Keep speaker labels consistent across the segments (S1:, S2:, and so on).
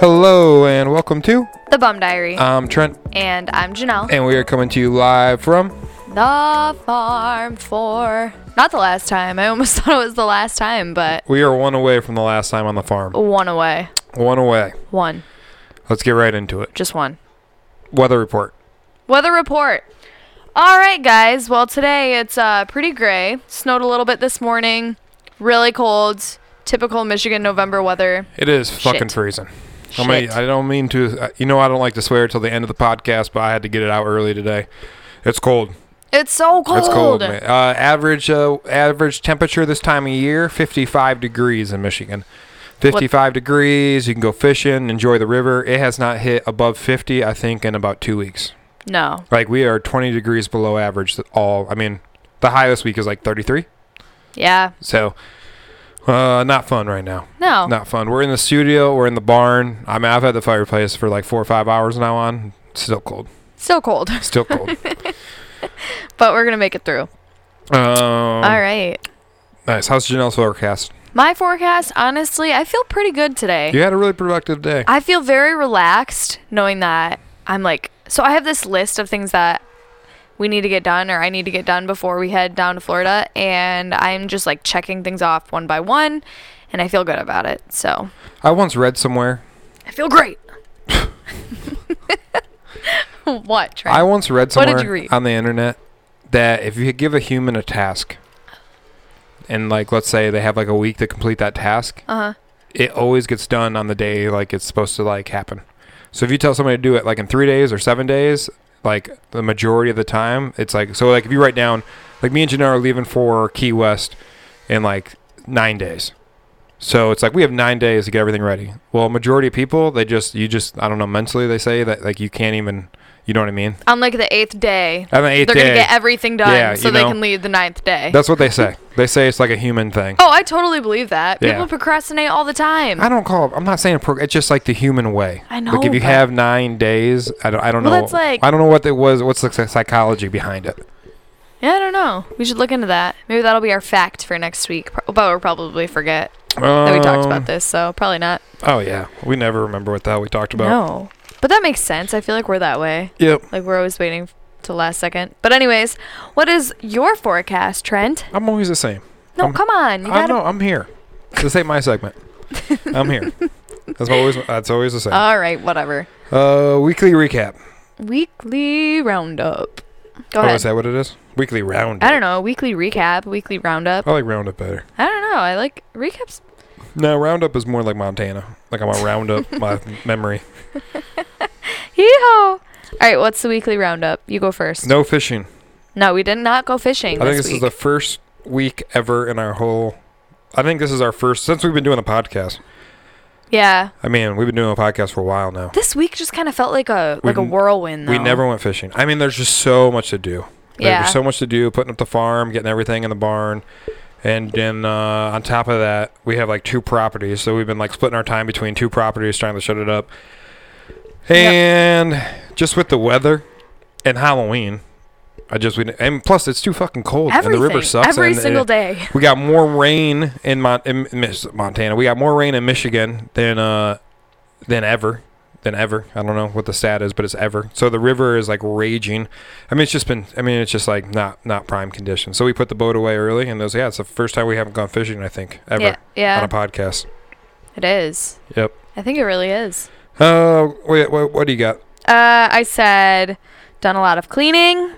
S1: Hello and welcome to
S2: The Bum Diary.
S1: I'm Trent
S2: and I'm Janelle.
S1: and we are coming to you live from
S2: the farm for. Not the last time. I almost thought it was the last time, but
S1: we are one away from the last time on the farm.
S2: one away.
S1: One away.
S2: One.
S1: Let's get right into it.
S2: Just one.
S1: Weather report.
S2: Weather report. All right, guys. Well, today it's uh, pretty gray. Snowed a little bit this morning. Really cold. Typical Michigan November weather.
S1: It is fucking
S2: Shit.
S1: freezing. I mean,
S2: Shit.
S1: I don't mean to uh, you know I don't like to swear till the end of the podcast, but I had to get it out early today. It's cold.
S2: It's so cold.
S1: It's cold, man. Uh, average uh, average temperature this time of year, 55 degrees in Michigan. 55 degrees. You can go fishing, enjoy the river. It has not hit above 50, I think, in about two weeks.
S2: No.
S1: Like we are 20 degrees below average. th- All I mean, the high this week is like 33.
S2: Yeah.
S1: So, uh, not fun right now.
S2: No.
S1: Not fun. We're in the studio. We're in the barn. I mean, I've had the fireplace for like four or five hours now. On still cold.
S2: Still cold,
S1: Still cold.
S2: but we're going to make it through.
S1: um,
S2: All right.
S1: Nice. How's Janelle's forecast?
S2: My forecast, honestly, I feel pretty good today.
S1: You had a really productive day.
S2: I feel very relaxed knowing that I'm like, so I have this list of things that we need to get done or I need to get done before we head down to Florida. And I'm just like checking things off one by one and I feel good about it. So
S1: I once read somewhere.
S2: I feel great. what, Trent?
S1: I once read
S2: What did
S1: somewhere
S2: you read?
S1: on the internet that if you give a human a task, and like let's say they have like a week to complete that task,
S2: uh huh.
S1: it always gets done on the day like it's supposed to like happen. So if you tell somebody to do it like in three days or seven days, like the majority of the time, it's like so like if you write down like me and Janelle are leaving for Key West in like nine days. So it's like we have nine days to get everything ready. Well, majority of people, they just you just I don't know, mentally they say that like you can't even you know what I mean?
S2: On like the eighth day,
S1: On the 8th
S2: they're
S1: day.
S2: going to get everything done
S1: Yeah,
S2: so
S1: you
S2: they
S1: know.
S2: can leave the ninth day.
S1: that's what they say. They say it's like a human thing.
S2: oh, I totally believe that.
S1: Yeah.
S2: People procrastinate all the time.
S1: I don't call. I'm not saying pro, it's just like the human way.
S2: I know,
S1: Like if you
S2: Oh, but-
S1: have nine days, I don't. I don't
S2: Well,
S1: know.
S2: that's like-
S1: I don't know what it was. What's the psy- psychology behind it?
S2: Yeah, I don't know. We should look into that. Maybe that'll be our fact for next week. Pro- But we'll probably forget that we talked
S1: Um,
S2: about this, so probably not.
S1: Oh yeah, we never remember what the hell we talked about.
S2: no. But that makes sense. I feel like we're that way.
S1: Yep.
S2: Like we're always waiting to last second. But anyways, what is your forecast, Trent?
S1: I'm always the same.
S2: No,
S1: Um,
S2: come on. You
S1: I
S2: gotta.
S1: know. I'm here. This ain't my segment. I'm here. That's always. That's always the same. Uh,
S2: All right, whatever.
S1: weekly recap.
S2: Weekly roundup. Go
S1: Oh,
S2: ahead.
S1: is that what it is? Weekly roundup.
S2: I don't know. Weekly recap. Weekly roundup.
S1: I like roundup better.
S2: I don't know. I like recaps.
S1: No, roundup is more like Montana. Like I'm gonna round up my memory.
S2: Hee haw. All right, what's the weekly roundup? You go first.
S1: No fishing.
S2: No, we did not go fishing.
S1: I think this
S2: this week.
S1: is the first week ever in our whole. I think this is our first since we've been doing a podcast.
S2: Yeah.
S1: I mean, we've been doing a podcast for a while now.
S2: This week just kind of felt like a
S1: We
S2: like a
S1: n-
S2: whirlwind. Though.
S1: We never went fishing. I mean, there's just so much to do.
S2: Yeah.
S1: There's so much to do. Putting up the farm, getting everything in the barn, and then uh, on top of that, we have like two properties. So we've been like splitting our time between two properties, trying to shut it up. And just with the weather and Halloween, I just we and plus it's too fucking cold
S2: Everything.
S1: and the river sucks.
S2: Every
S1: and,
S2: single
S1: uh,
S2: day.
S1: We got more rain in, Mon- in Mis- Montana. We got more rain in Michigan than uh than ever than ever. I don't know what the stat is, but it's ever. So the river is like raging. I mean, it's just been. I mean, it's just like not not prime conditions. So we put the boat away early, and those yeah, it's the first time we haven't gone fishing. I think ever
S2: Yeah,
S1: on
S2: yeah,
S1: a podcast.
S2: it is.
S1: Yep.
S2: I think it really is.
S1: Uh, wait, what, what do you got?
S2: Uh, I said, done a lot of cleaning.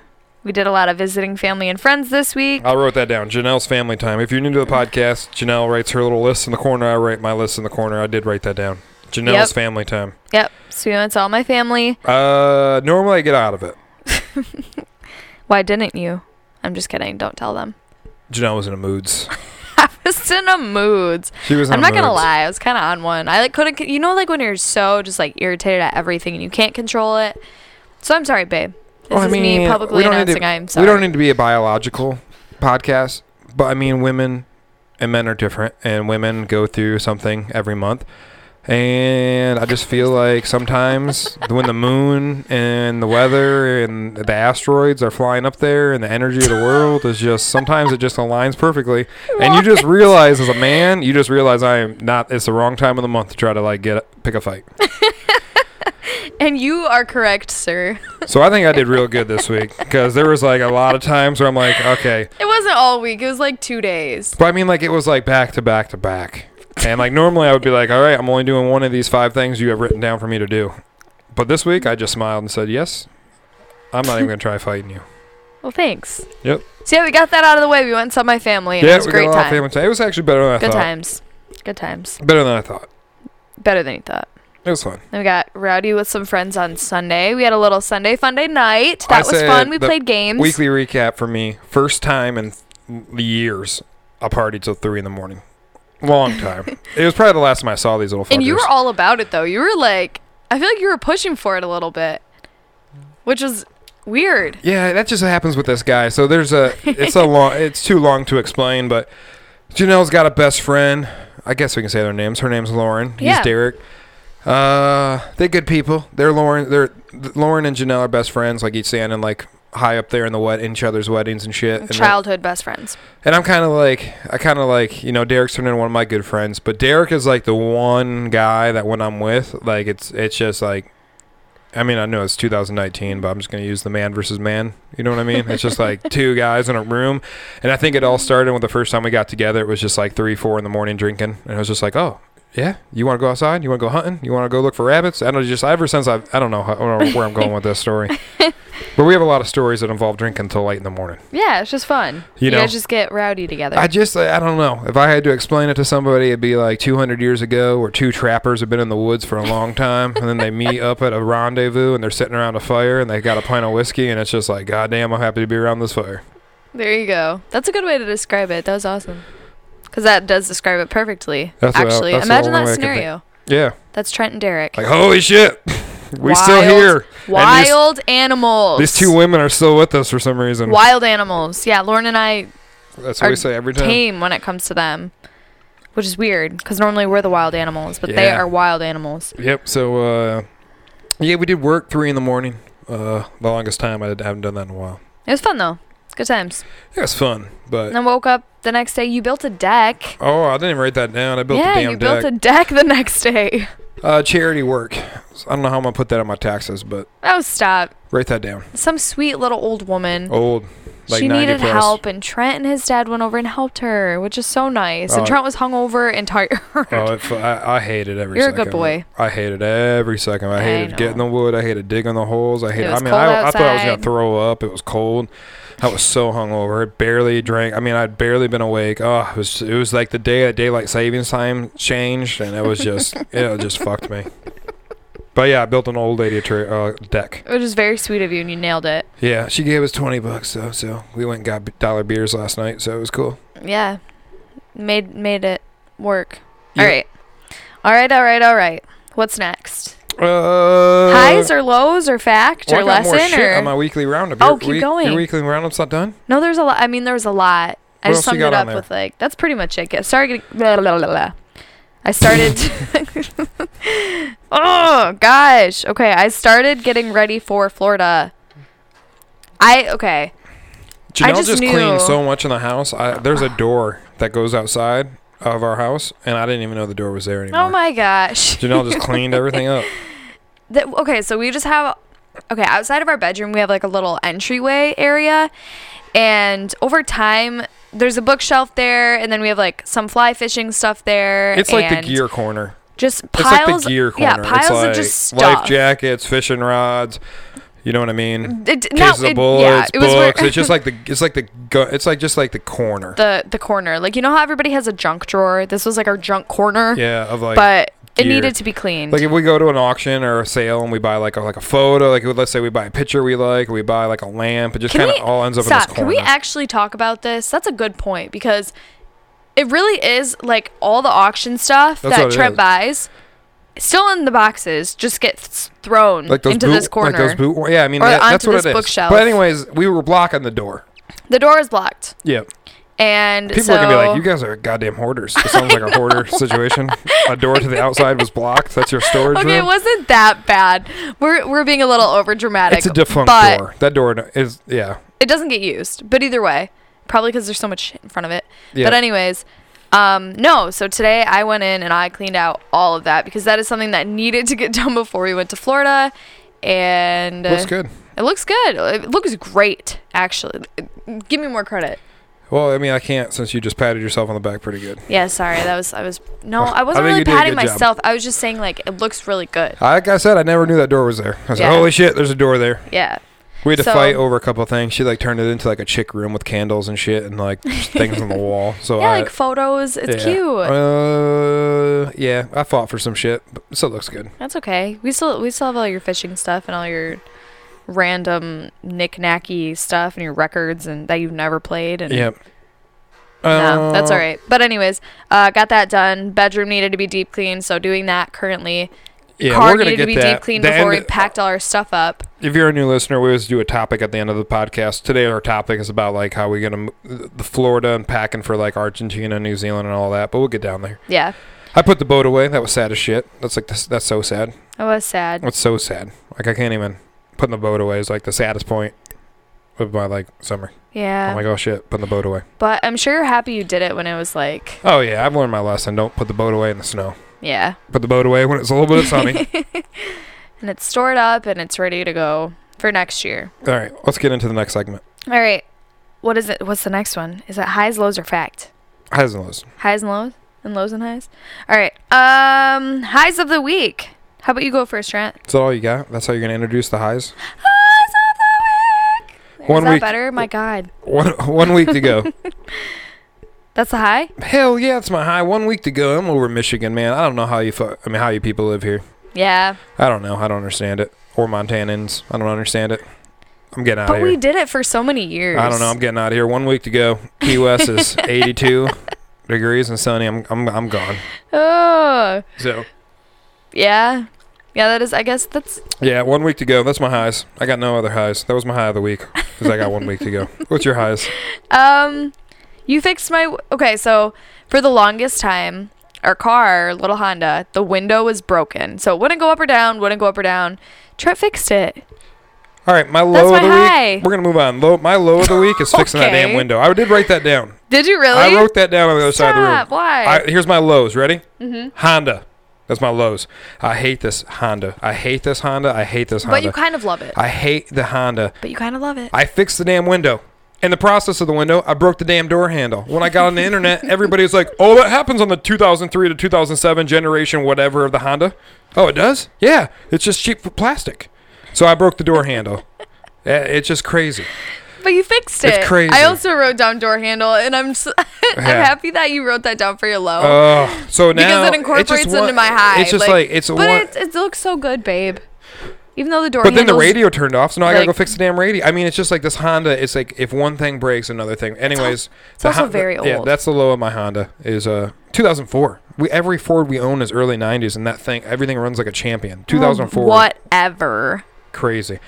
S2: We did a lot of visiting family and friends this week.
S1: I wrote that down. Janelle's family time. If you're new to the podcast, Janelle writes her little list in the corner. I write my list in the corner. I did write that down. Janelle's
S2: Yep.
S1: family time.
S2: Yep. So we went to all my family.
S1: Uh, normally I get out of it.
S2: Why didn't you? I'm just kidding. Don't tell them.
S1: Janelle was in a moods.
S2: I was in a mood.
S1: She was. In
S2: I'm
S1: a
S2: not gonna
S1: moods.
S2: lie. I was kind of on one. I like couldn't. You know, like when you're so just like irritated at everything and you can't control it. So I'm sorry, babe. This
S1: Well, I
S2: is
S1: mean,
S2: me
S1: we
S2: publicly
S1: don't need to-
S2: announcing I'm sorry.
S1: We don't need to be a biological podcast, but I mean, women and men are different, and women go through something every month. And I just feel like sometimes when the moon and the weather and the asteroids are flying up there and the energy of the world is just sometimes it just aligns perfectly. And you just realize as a man, you just realize I am not it's the wrong time of the month to try to like get pick a fight.
S2: And you are correct, sir.
S1: So I think I did real good this week because there was like a lot of times where I'm like, okay,
S2: It wasn't all week. It was like two days.
S1: But I mean, like it was like back to back to back, and like normally I would be like, "All right, I'm only doing one of these five things you have written down for me to do." But this week I just smiled and said, "Yes, I'm not even gonna try fighting you."
S2: Well, thanks.
S1: Yep.
S2: So yeah, we got that out of the way. We went and saw my family. And
S1: yeah,
S2: it was a
S1: we
S2: great
S1: got a lot of
S2: time.
S1: family time. It was actually better than I
S2: Good
S1: thought.
S2: times. Good times.
S1: Better than I thought.
S2: Better than you thought.
S1: It was fun.
S2: Then we got rowdy with some friends on Sunday. We had a little Sunday fun day night.
S1: I
S2: That was
S1: said
S2: fun. We
S1: the
S2: played games.
S1: Weekly recap for me: first time in th- years I partied till three in the morning. Long time. it was probably the last time I saw these little. Fuckers.
S2: and you were all about it though. You were like, I feel like you were pushing for it a little bit, which was weird.
S1: Yeah, that just happens with this guy. So there's a it's a long it's too long to explain, but Janelle's got a best friend. I guess we can say their names. Her name's Lauren. He's
S2: Yeah.
S1: Derek. Uh, they're good people. They're Lauren. They're th- Lauren and Janelle are best friends. Like each standing like high up there in the wet in each other's weddings and shit. And, then-
S2: Childhood best friends.
S1: and I'm kind of like I kind of like you know Derek's turned into one of my good friends, but Derek is like the one guy that when I'm with, like it's it's just like. I mean, I know it's 2019, but I'm just going to use the man versus man. You know what I mean? It's just like two guys in a room. And I think it all started with the first time we got together. It was just like three, four in the morning drinking. And it was just like, oh, yeah, you want to go outside? You want to go hunting? You want to go look for rabbits? I don't just, ever since I've, I don't know, how, I don't know where I'm going with this story. but we have a lot of stories that involve drinking till late in the morning.
S2: Yeah, it's just fun.
S1: You
S2: You,
S1: know-
S2: guys just get rowdy together.
S1: I just, I don't know. If I had to explain it to somebody, it'd be like 200 years ago where two trappers have been in the woods for a long time and then they meet up at a rendezvous and they're sitting around a fire and they got a pint of whiskey and it's just like, God damn, I'm happy to be around this fire.
S2: there you go. That's a good way to describe it. That was awesome. Because that does describe it perfectly.
S1: That's what I-
S2: Actually,
S1: that's the
S2: imagine
S1: only
S2: that
S1: way I could think.
S2: scenario.
S1: Yeah.
S2: That's Trent and Derek.
S1: Like, holy shit. we still
S2: Wild.
S1: here. And these-
S2: Wild animals.
S1: These two women are still with us for some reason.
S2: Wild animals. Yeah, Lauren and I
S1: That's what we
S2: are
S1: say every time.
S2: tame when it comes to them, which is weird because normally we're the wild animals, but they
S1: Yeah.
S2: are wild animals.
S1: Yep. So, uh, yeah, we did work three in the morning. Uh, the longest time I did- haven't done that in a while.
S2: It was fun though. Good times.
S1: It was fun, but
S2: And then woke up the next day. You built a deck.
S1: oh, I didn't even write that down. I built
S2: yeah,
S1: the damn
S2: you
S1: deck.
S2: built a deck the next day.
S1: Uh, charity work. So I don't know how I'm gonna put that on my taxes, but
S2: Oh, stop.
S1: write that down.
S2: Some sweet little old woman.
S1: Old, like
S2: Mm-hmm. she
S1: 90
S2: needed
S1: plus.
S2: help, and Trent and his dad went over and helped her, which is so nice.
S1: Oh.
S2: and Trent was hungover and tired.
S1: Oh, it, fu- I, I hated every.
S2: You're a
S1: second.
S2: good boy.
S1: I hated every second. I
S2: I
S1: hated
S2: know.
S1: getting the wood. I hated digging the holes. I hated.
S2: was
S1: I mean,
S2: cold
S1: I, I thought I was gonna
S2: outside.
S1: throw up. It was cold. I was so hungover. I barely drank. I mean, I'd barely been awake. Oh, it was. It was like the day that daylight savings time changed, and it was just. it just fucked me. But yeah, I built an old lady a tra- uh, deck.
S2: which is very sweet of you, and you nailed it.
S1: Yeah, she gave us twenty bucks though, so we went and got b- dollar beers last night, so it was cool.
S2: Yeah, made made it work.
S1: Yeah.
S2: All right, all right, all right, all right. What's next?
S1: Uh,
S2: highs or lows or fact
S1: well,
S2: or
S1: I got more
S2: lesson
S1: shit
S2: or
S1: on my weekly roundup.
S2: Oh, keep going.
S1: Your weekly roundup's not done.
S2: no there's a lot i mean there was a lot i
S1: What
S2: just
S1: else you
S2: summed
S1: got
S2: it
S1: on
S2: up
S1: there?
S2: with like that's pretty much it Get- sorry getting- blah, blah, blah, blah. i started oh gosh okay i started getting ready for florida i okay I
S1: Janelle
S2: just
S1: just,
S2: knew-
S1: cleaned so much in the house. I, there's a door that goes outside of our house, and I didn't even know the door was there anymore.
S2: oh my gosh
S1: Janelle just cleaned everything up.
S2: that, okay so we just have okay outside of our bedroom we have like a little entryway area and over time there's a bookshelf there and then we have like some fly fishing stuff there
S1: It's like the
S2: and
S1: gear corner.
S2: just
S1: It's
S2: piles
S1: like the gear corner.
S2: yeah piles
S1: it's like
S2: of just stuff
S1: life jackets, fishing rods. You know what I mean?
S2: it, no,
S1: Cases
S2: it-
S1: of bullets,
S2: yeah, it was where-
S1: books. it's just like the. It's like the. Go, it's like just like the corner.
S2: the the corner like you know how everybody has a junk drawer this was like our junk corner
S1: yeah, of like.
S2: but it
S1: gear.
S2: needed to be cleaned
S1: Like if we go to an auction or a sale and we buy like a, like a photo, like let's say we buy a picture we like, we buy like a lamp, it just kind of all ends up
S2: stop
S1: in this
S2: can
S1: corner.
S2: we actually talk about this that's a good point because it really is like all the auction stuff
S1: That's what
S2: that
S1: it
S2: Trent
S1: is.
S2: buys still in the boxes just gets thrown
S1: like those
S2: into
S1: boot,
S2: this corner
S1: like those boot. Yeah, I mean
S2: Or
S1: that,
S2: onto
S1: that's what
S2: this
S1: it is.
S2: bookshelf.
S1: But anyways, we were blocking the door.
S2: the door is blocked
S1: Yeah,
S2: And
S1: People
S2: so,
S1: are gonna be like, "You guys are goddamn hoarders." It sounds like a hoarder situation. A door to the outside was blocked. That's your storage
S2: okay, it
S1: room.
S2: wasn't that bad. We're we're being a little over dramatic.
S1: it's a defunct
S2: but
S1: door. That door is yeah.
S2: It doesn't get used, but either way, probably because there's so much shit in front of it.
S1: Yeah.
S2: But anyways, um, no. So today I went in and I cleaned out all of that because that is something that needed to get done before we went to Florida. And
S1: Looks
S2: uh,
S1: good.
S2: It looks good. It looks great, actually. Give me more credit.
S1: Well, I mean, I can't since you just patted yourself on the back pretty good.
S2: Yeah, sorry. That was I was no,
S1: I
S2: I wasn't
S1: think
S2: really
S1: you did a
S2: patting
S1: good job.
S2: myself. I was just saying like it looks really good.
S1: Like I said, I never knew that door was there. I was
S2: Yeah.
S1: like, "Holy shit, there's a door there."
S2: Yeah.
S1: We had to
S2: So-
S1: fight over a couple of things. She like turned it into like a chick room with candles and shit and like just things on the wall. So
S2: Yeah,
S1: I,
S2: like photos. It's
S1: yeah.
S2: cute.
S1: Uh, yeah, I fought for some shit, but it still looks good.
S2: That's okay. We still we still have all your fishing stuff and all your random knick-knacky stuff and your records and that you've never played and
S1: Yep.
S2: No, that's
S1: Uh,
S2: all right. But anyways, uh, got that done. Bedroom needed to be deep cleaned, so doing that currently.
S1: Yeah,
S2: Car
S1: we're gonna
S2: needed
S1: get
S2: to be
S1: that.
S2: deep cleaned
S1: The
S2: before
S1: end-
S2: we packed all our stuff up.
S1: If you're a new listener, we always do a topic at the end of the podcast. Today, our topic is about like how we gonna m- the Florida and packing for like Argentina, New Zealand, and all that. But we'll get down there.
S2: Yeah,
S1: I put the boat away. That was sad as shit. That's like this, that's so sad.
S2: it was sad.
S1: That's so sad. Like I can't even putting the boat away is like the saddest point of my like summer.
S2: Yeah.
S1: I'm like, oh shit, putting the boat away.
S2: But I'm sure you're happy you did it when it was like,
S1: Oh yeah, I've learned my lesson. Don't put the boat away in the snow.
S2: yeah.
S1: Put the boat away when it's a little bit sunny.
S2: And it's stored up and it's ready to go for next year.
S1: All right, let's get into the next segment.
S2: All right. What is it? What's the next one? Is it highs, lows, or fact?
S1: Highs and lows.
S2: Highs and lows? And lows and highs? All right. Um, highs of the week. How about you go first, Trent?
S1: Is that all you got? That's how you're gonna introduce the highs.
S2: Highs of the week.
S1: One
S2: is that
S1: week- Oh.
S2: better? My God.
S1: One one week to go.
S2: That's a high?
S1: Hell yeah, it's my high. One week to go. I'm over Michigan, man. I don't know how you fu- I mean, how you people live here.
S2: Yeah.
S1: I don't know. I don't understand it. Or Montanans. I don't understand it. I'm getting out
S2: But
S1: of here.
S2: we did it for so many years.
S1: I don't know. I'm getting out of here. One week to go. Key West is 82 degrees and sunny. I'm I'm I'm gone.
S2: Oh,
S1: So
S2: yeah. Yeah, that is, I guess that's,
S1: yeah, one week to go. That's my highs. I got no other highs. That was my high of the week because I got one week to go. What's your highs?
S2: Um, you fixed my okay. So for the longest time, our car, little Honda, the window was broken, so it wouldn't go up or down, wouldn't go up or down. Trent fixed it.
S1: All right, my low
S2: That's
S1: of
S2: my
S1: the
S2: high.
S1: week. We're gonna move on. Low, my low of the week is fixing that damn
S2: Okay.
S1: window. I did write that down.
S2: Did you
S1: I
S2: really?
S1: wrote that down on the other side of the room.
S2: Stop, why?
S1: I, here's my lows. Ready? Mm-hmm. Honda. That's my lows. I hate this Honda. I hate this Honda. I hate this Honda.
S2: but you kind of love it.
S1: I hate the Honda.
S2: but you kind of love it.
S1: I fixed the damn window. In the process of the window, I broke the damn door handle. When I got on the internet, everybody was like, "Oh, that happens on the 2003 to 2007 generation, whatever of the Honda." Oh, it does? Yeah, it's just cheap for plastic. So I broke the door handle. Eh, It's just crazy.
S2: but you fixed it.
S1: It's crazy.
S2: I also wrote down door handle, and I'm s am
S1: Yeah.
S2: happy that you wrote that down for your low.
S1: Oh, so now
S2: because it
S1: it's
S2: incorporates
S1: just
S2: into
S1: one-
S2: my high.
S1: It's just like, it's
S2: but
S1: one.
S2: it, it looks so good, babe. Even though the door
S1: but then the
S2: handle's-
S1: radio turned off, so now I gotta go
S2: like-
S1: fix the damn radio. I mean, it's just like this Honda. It's like if one thing breaks, another thing. Anyways,
S2: it's also very
S1: Yeah,
S2: old.
S1: that's the low of my Honda is uh 2004. We every Ford we own is early 90s, and that thing everything runs like a champion.
S2: Oh,
S1: 2004,
S2: Whatever.
S1: crazy.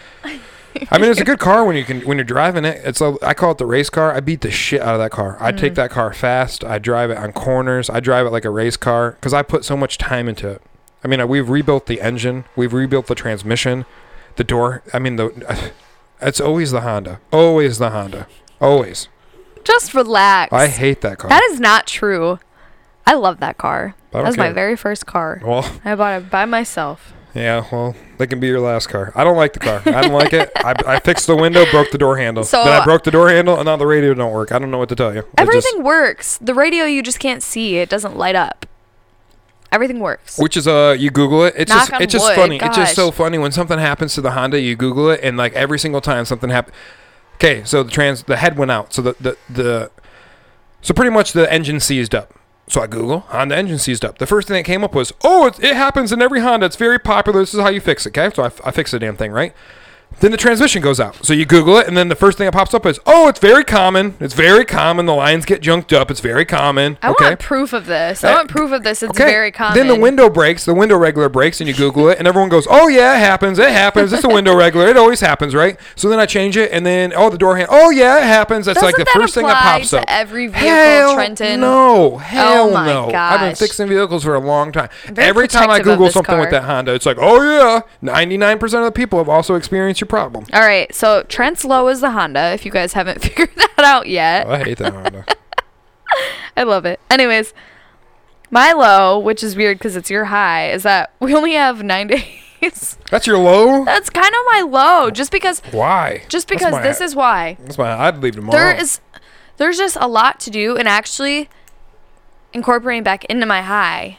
S1: I mean, it's a good car when you can when you're driving it. It's a, I call it the race car. I beat the shit out of that car.
S2: Mm.
S1: I take that car fast. I drive it on corners. I drive it like a race car because I put so much time into it. I mean, uh, we've rebuilt the engine. We've rebuilt the transmission, the door. I mean, the it's always the Honda. Always the Honda. Always.
S2: Just relax.
S1: I hate that car.
S2: That is not true. I love that car.
S1: I don't
S2: That was my
S1: care.
S2: very first car.
S1: well,
S2: I bought it by myf.
S1: yeah. Well, that can be your last car. I don't like the car. I don't like it. I, I fixed the window, broke the door handle.
S2: So- uh,
S1: then I broke the door handle, and now the radio don't work. I don't know what to tell you. It just-
S2: Everything works. The radio you just can't see. It doesn't light up. Everything works.
S1: Which is uh, you Google it. It's
S2: Knock
S1: just
S2: on
S1: it's just
S2: wood,
S1: funny. It's just
S2: gosh.
S1: so funny when something happens to the Honda. You Google it, and like every single time something happens. Okay, so the trans the head went out. So the the the so pretty much the engine seized up. So I Google Honda engine seized up. The first thing that came up was, oh, it, it happens in every Honda. It's very popular. This is how you fix it. Okay, so I, f- I fixed the damn thing, right? Then the transmission goes out. So you Google it, and then the first thing that pops up is, "Oh, it's very common. It's very common. The lines get junked up. It's very common."
S2: I
S1: okay.
S2: want proof of this. I
S1: Uh,
S2: want proof of this. It's
S1: Okay.
S2: very common.
S1: Then the window breaks, the window regular breaks, and you Google it, and everyone goes, "Oh yeah, it happens. It happens. It's a window regular. It always happens, right?" So then I change it, and then oh, the door hand. Oh yeah, it happens. That's like the
S2: Doesn't that
S1: first thing that
S2: apply
S1: pops
S2: to
S1: up.
S2: every vehicle,
S1: hell
S2: Trenton? Oh
S1: No, hell
S2: my
S1: no. I've been
S2: gosh.
S1: fixing vehicles for a long time.
S2: very
S1: every time I
S2: protective of
S1: Google
S2: this
S1: something with
S2: car.
S1: that Honda, it's like, oh yeah, ninety-nine percent of the people have also experienced your problem.
S2: All right, so Trent's low is the Honda. If you guys haven't figured that out yet,
S1: Oh, I hate that Honda.
S2: I love it. Anyways, my low, which is weird because it's your high, is that we only have nine days.
S1: That's your low.
S2: That's kind of my low, just because,
S1: Why?
S2: just because this is why.
S1: That's why I'd leave tomorrow.
S2: there is there's just a lot to do and actually incorporating back into my high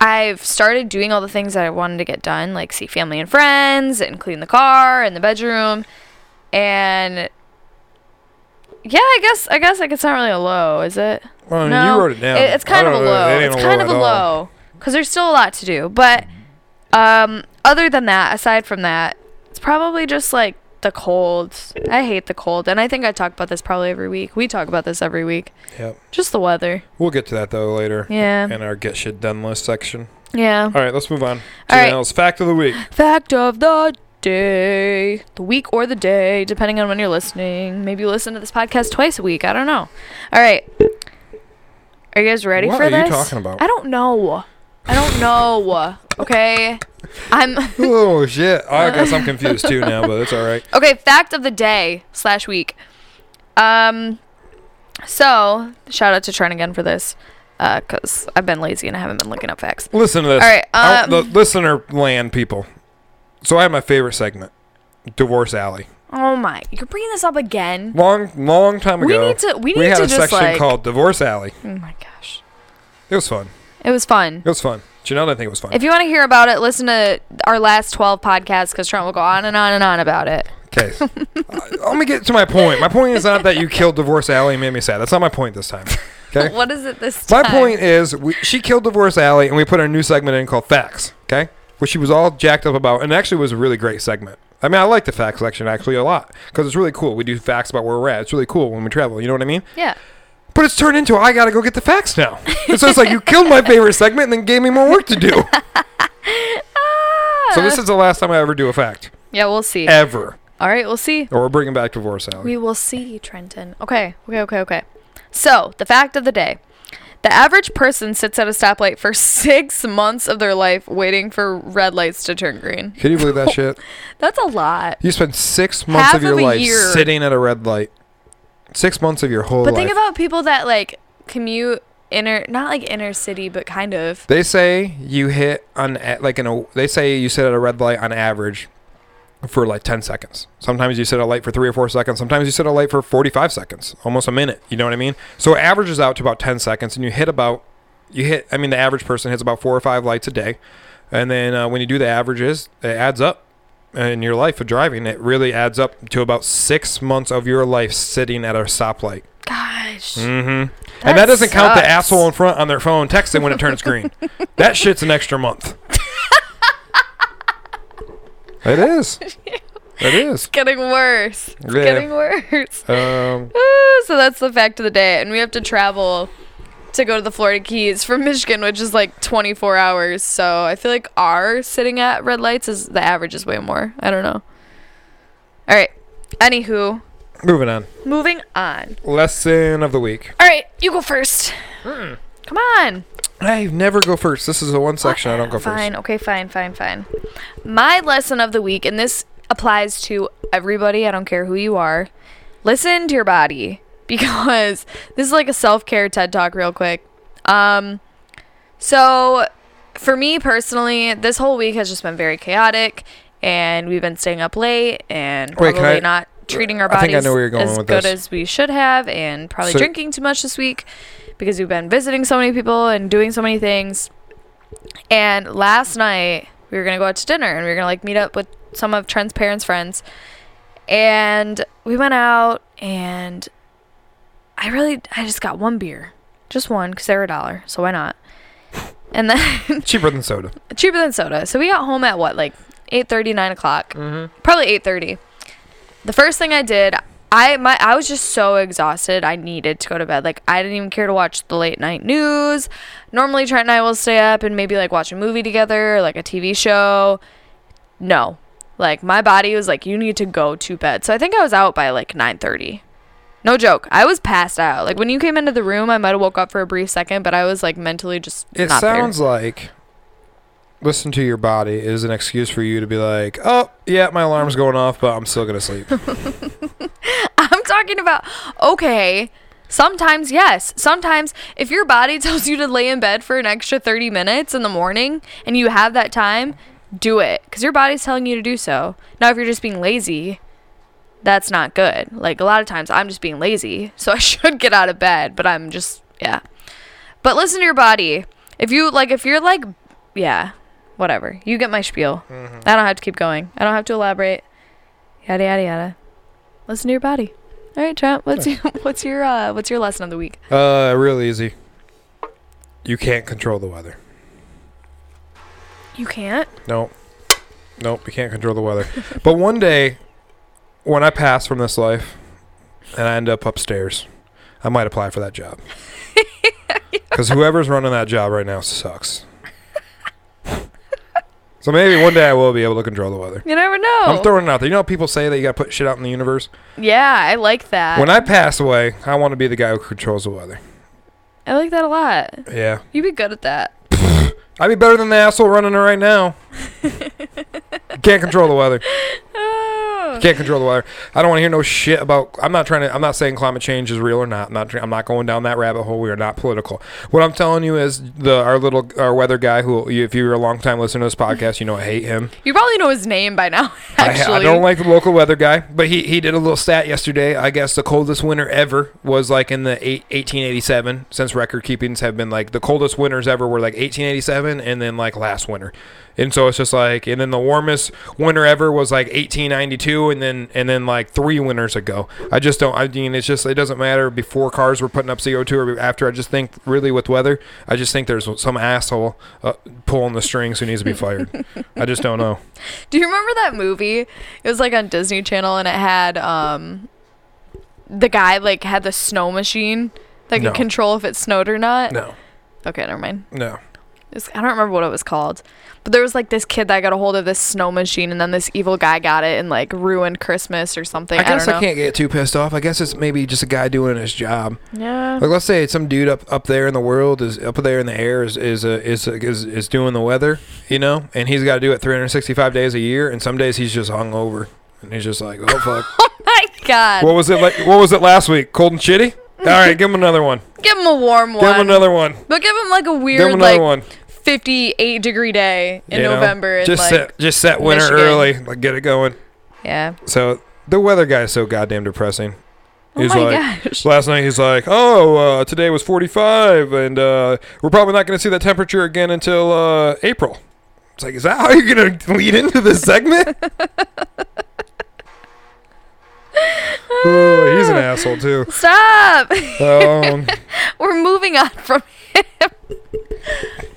S2: i've started doing all the things that i wanted to get done like see family and friends and clean the car and the bedroom and yeah i guess i guess like it's not really a low is it
S1: Well, I mean, you wrote it down.
S2: it's kind
S1: I
S2: of a
S1: don't know. It
S2: low
S1: ain't
S2: it's kind
S1: low
S2: of a
S1: at all.
S2: low because there's still a lot to do but um other than that aside from that it's probably just like the cold i hate the cold and i think i talk about this probably every week we talk about this every week
S1: Yep.
S2: just the weather
S1: We'll get to that though later.
S2: yeah
S1: In our get shit done list section.
S2: yeah
S1: All right, let's move on.
S2: All right.
S1: Janelle's fact of the week.
S2: fact of the day the week or the day depending on when you're listening maybe you listen to this podcast twice a week i don't know all right are you guys ready
S1: what
S2: for
S1: are
S2: this
S1: you talking about?
S2: i don't know i don't know okay i'm
S1: oh shit! I guess I'm confused too now, but it's all right.
S2: Okay, fact of the day slash week. Um, so shout out to Trent again for this, uh, cause I've been lazy and I haven't been looking up facts.
S1: Listen to this.
S2: All right,
S1: I want
S2: um,
S1: the listener land people. So I have my favorite segment, Divorce Alley.
S2: Oh my, you're bringing this up again.
S1: Long, long time
S2: We
S1: ago,
S2: need to. We need
S1: had
S2: to
S1: a
S2: just
S1: section
S2: like.
S1: called Divorce Alley.
S2: oh my gosh,
S1: It was fun.
S2: it was fun.
S1: It was fun. Janelle didn't think it was fun.
S2: If you want to hear about it, listen to our last twelve podcasts, cause Trent will go on and on and on about it.
S1: Okay. Uh, let me get to my point. My point is not that you killed Divorce Alley and made me sad. That's not my point this time. Okay.
S2: What is it this
S1: my
S2: time?
S1: point is we, she killed Divorce Alley and we put our new segment in called Facts. Okay. Which she was all jacked up about and actually was a really great segment. I mean, I like the fact section actually a lot because it's really cool. We do facts about where we're at. It's really cool when we travel. You know what I mean?
S2: Yeah.
S1: But it's turned into I gotta go get the facts now. And so it's like you killed my favorite segment and then gave me more work to do. so this is the last time I ever do a fact
S2: Yeah, we'll see.
S1: ever,
S2: All right, we'll see.
S1: or we're bringing back Divorce Alley.
S2: We will see, Trenton. Okay, okay, okay, okay. So, the fact of the day the average person sits at a stoplight for six months of their life waiting for red lights to turn green.
S1: Can you believe that shit?
S2: That's a lot.
S1: You spend six months
S2: Half
S1: of your
S2: of a
S1: life
S2: year.
S1: sitting at a red light. Six months of your whole
S2: But
S1: life.
S2: think about people that like commute inner, not like inner city, but kind of.
S1: they say you hit on a- like in a. They say you sit at a red light on average for like ten seconds. Sometimes you sit at a light for three or four seconds. Sometimes you sit at a light for forty-five seconds, almost a minute. You know what I mean? So it averages out to about ten seconds, and you hit about. You hit. I mean, the average person hits about four or five lights a day, and then uh, when you do the averages, it adds up. In your life of driving, it really adds up to about six months of your life sitting at a stoplight.
S2: Gosh.
S1: Mm-hmm. and that
S2: That
S1: doesn't count the
S2: sucks.
S1: asshole in front on their phone texting when it turns green. that shit's an extra month. it is. It is.
S2: Getting worse. It's
S1: Yeah.
S2: getting worse.
S1: Um,
S2: Ooh, Ah, so that's the fact of the day. And we have to travel to go to the Florida Keys from Michigan, which is like 24 hours. So I feel like our sitting at red lights is the average is way more. I don't know. All right. Anywho,
S1: moving on.
S2: moving on.
S1: Lesson of the week.
S2: All right, you go 1st Come on.
S1: I never go first. This is the one section I don't go first.
S2: Fine. Okay, fine, fine, fine. My lesson of the week, and this applies to everybody, I don't care who you are, listen to your body because this is like a self care TED talk, real quick. Um, so for me personally, this whole week has just been very chaotic, and we've been staying up late and
S1: Wait,
S2: probably
S1: can I-
S2: not treating our
S1: I think I
S2: bodies
S1: know where you're going
S2: as
S1: with
S2: good
S1: this.
S2: as we should have, and probably
S1: So-
S2: drinking too much this week because we've been visiting so many people and doing so many things. And last night we were gonna go out to dinner and we were gonna like meet up with some of Trent's parents' friends. And we went out and I really I just got one beer. Just one, because they were a dollar, so why not? And then
S1: Cheaper than soda.
S2: cheaper than soda. So we got home at what, like eight thirty, nine o'clock,
S1: Mm-hmm.
S2: probably eight thirty. The first thing I did, I my I was just so exhausted. I needed to go to bed. Like I didn't even care to watch the late night news. Normally Trent and I will stay up and maybe like watch a movie together, like a TV show. No, like my body was like, you need to go to bed. So I think I was out by like nine thirty. No joke. I was passed out. Like when you came into the room, I might have woke up for a brief second, but I was like mentally just.
S1: It
S2: not there.
S1: sounds like listen to your body is an excuse for you to be like, oh yeah, my alarm's going off, but I'm still gonna sleep.
S2: I'm talking about okay. Sometimes yes. Sometimes if your body tells you to lay in bed for an extra 30 minutes in the morning and you have that time, do it cuz your body's telling you to do so. Now if you're just being lazy, that's not good. Like a lot of times I'm just being lazy, so I should get out of bed, but I'm just yeah. But listen to your body. If you like if you're like yeah, whatever. You get my spiel. I don't have to keep going. I don't have to elaborate. Yada yada yada. Listen to your body. All right, Trent. What's your what's your uh, what's your lesson of the week?
S1: uh, real easy. You can't control the weather.
S2: You can't.
S1: Nope. Nope, we can't control the weather. but one day, when I pass from this life and I end up upstairs, I might apply for that job. Because whoever's running that job right now sucks. so maybe one day I will be able to control the weather.
S2: You never know.
S1: I'm throwing it out there. You know how people say that you got to put shit out in the universe?
S2: yeah, I like that.
S1: when I pass away, I want to be the guy who controls the weather.
S2: I like that a lot.
S1: Yeah.
S2: You'd be good at that.
S1: I'd be better than the asshole running it right now. can't control the weather.
S2: Oh.
S1: Can't control the weather. I don't want to hear no shit about. I'm not trying to. I'm not saying climate change is real or not. I'm not. tr- I'm not going down that rabbit hole. We are not political. What I'm telling you is the our little our weather guy who, you- if you're a long time listener to this podcast, you know I hate him.
S2: You probably know his name by now.
S1: I,
S2: Actually,
S1: I don't like the local weather guy, but he, he did a little stat yesterday. I guess the coldest winter ever was like in the eight, 1887, since record keepings have been like the coldest winters ever were like 1887 and then like last winter. And so it's just like, and then the warmest winter ever was like 1892 and then, and then like three winters ago. I just don't, I mean, it's just, it doesn't matter before cars were putting up CO2 or after. I just think really with weather, I just think there's some asshole uh, pulling the strings who needs to be fired. I just don't know.
S2: Do you remember that movie? It was like on Disney Channel, and it had um, the guy like had the snow machine that could
S1: No.
S2: control if it snowed or not.
S1: No,
S2: Okay, never mind.
S1: no.
S2: It's- I don't remember what it was called, but there was like this kid that got a hold of this snow machine, and then this evil guy got it and like ruined Christmas or something. I,
S1: I guess
S2: don't
S1: I,
S2: know.
S1: can't get too pissed off. I guess it's maybe just a guy doing his job.
S2: Yeah.
S1: Like let's say it's some dude up up there in the world is up there in the air is is uh, is, is is doing the weather, you know, and he's got to do it 365 days a year, and some days he's just hungover and he's just like, oh fuck.
S2: My God.
S1: what was it like? What was it last week? Cold and shitty. All right, give him another one.
S2: give him a warm
S1: Give him
S2: one.
S1: another one.
S2: but give him like a
S1: Give him
S2: weird
S1: another
S2: like
S1: one.
S2: 58 degree day in
S1: you know?
S2: November. And,
S1: Just
S2: like,
S1: set just set winter
S2: Michigan.
S1: early. Like get it going.
S2: Yeah.
S1: So the weather guy is so goddamn depressing.
S2: Oh
S1: He's
S2: my
S1: like,
S2: gosh.
S1: Last night he's like, "Oh, uh, today was 45, and uh, we're probably not going to see that temperature again until uh, April." It's like, is that how you're going to lead into this segment? Ooh, he's an asshole too.
S2: Stop.
S1: Um,
S2: We're moving on from.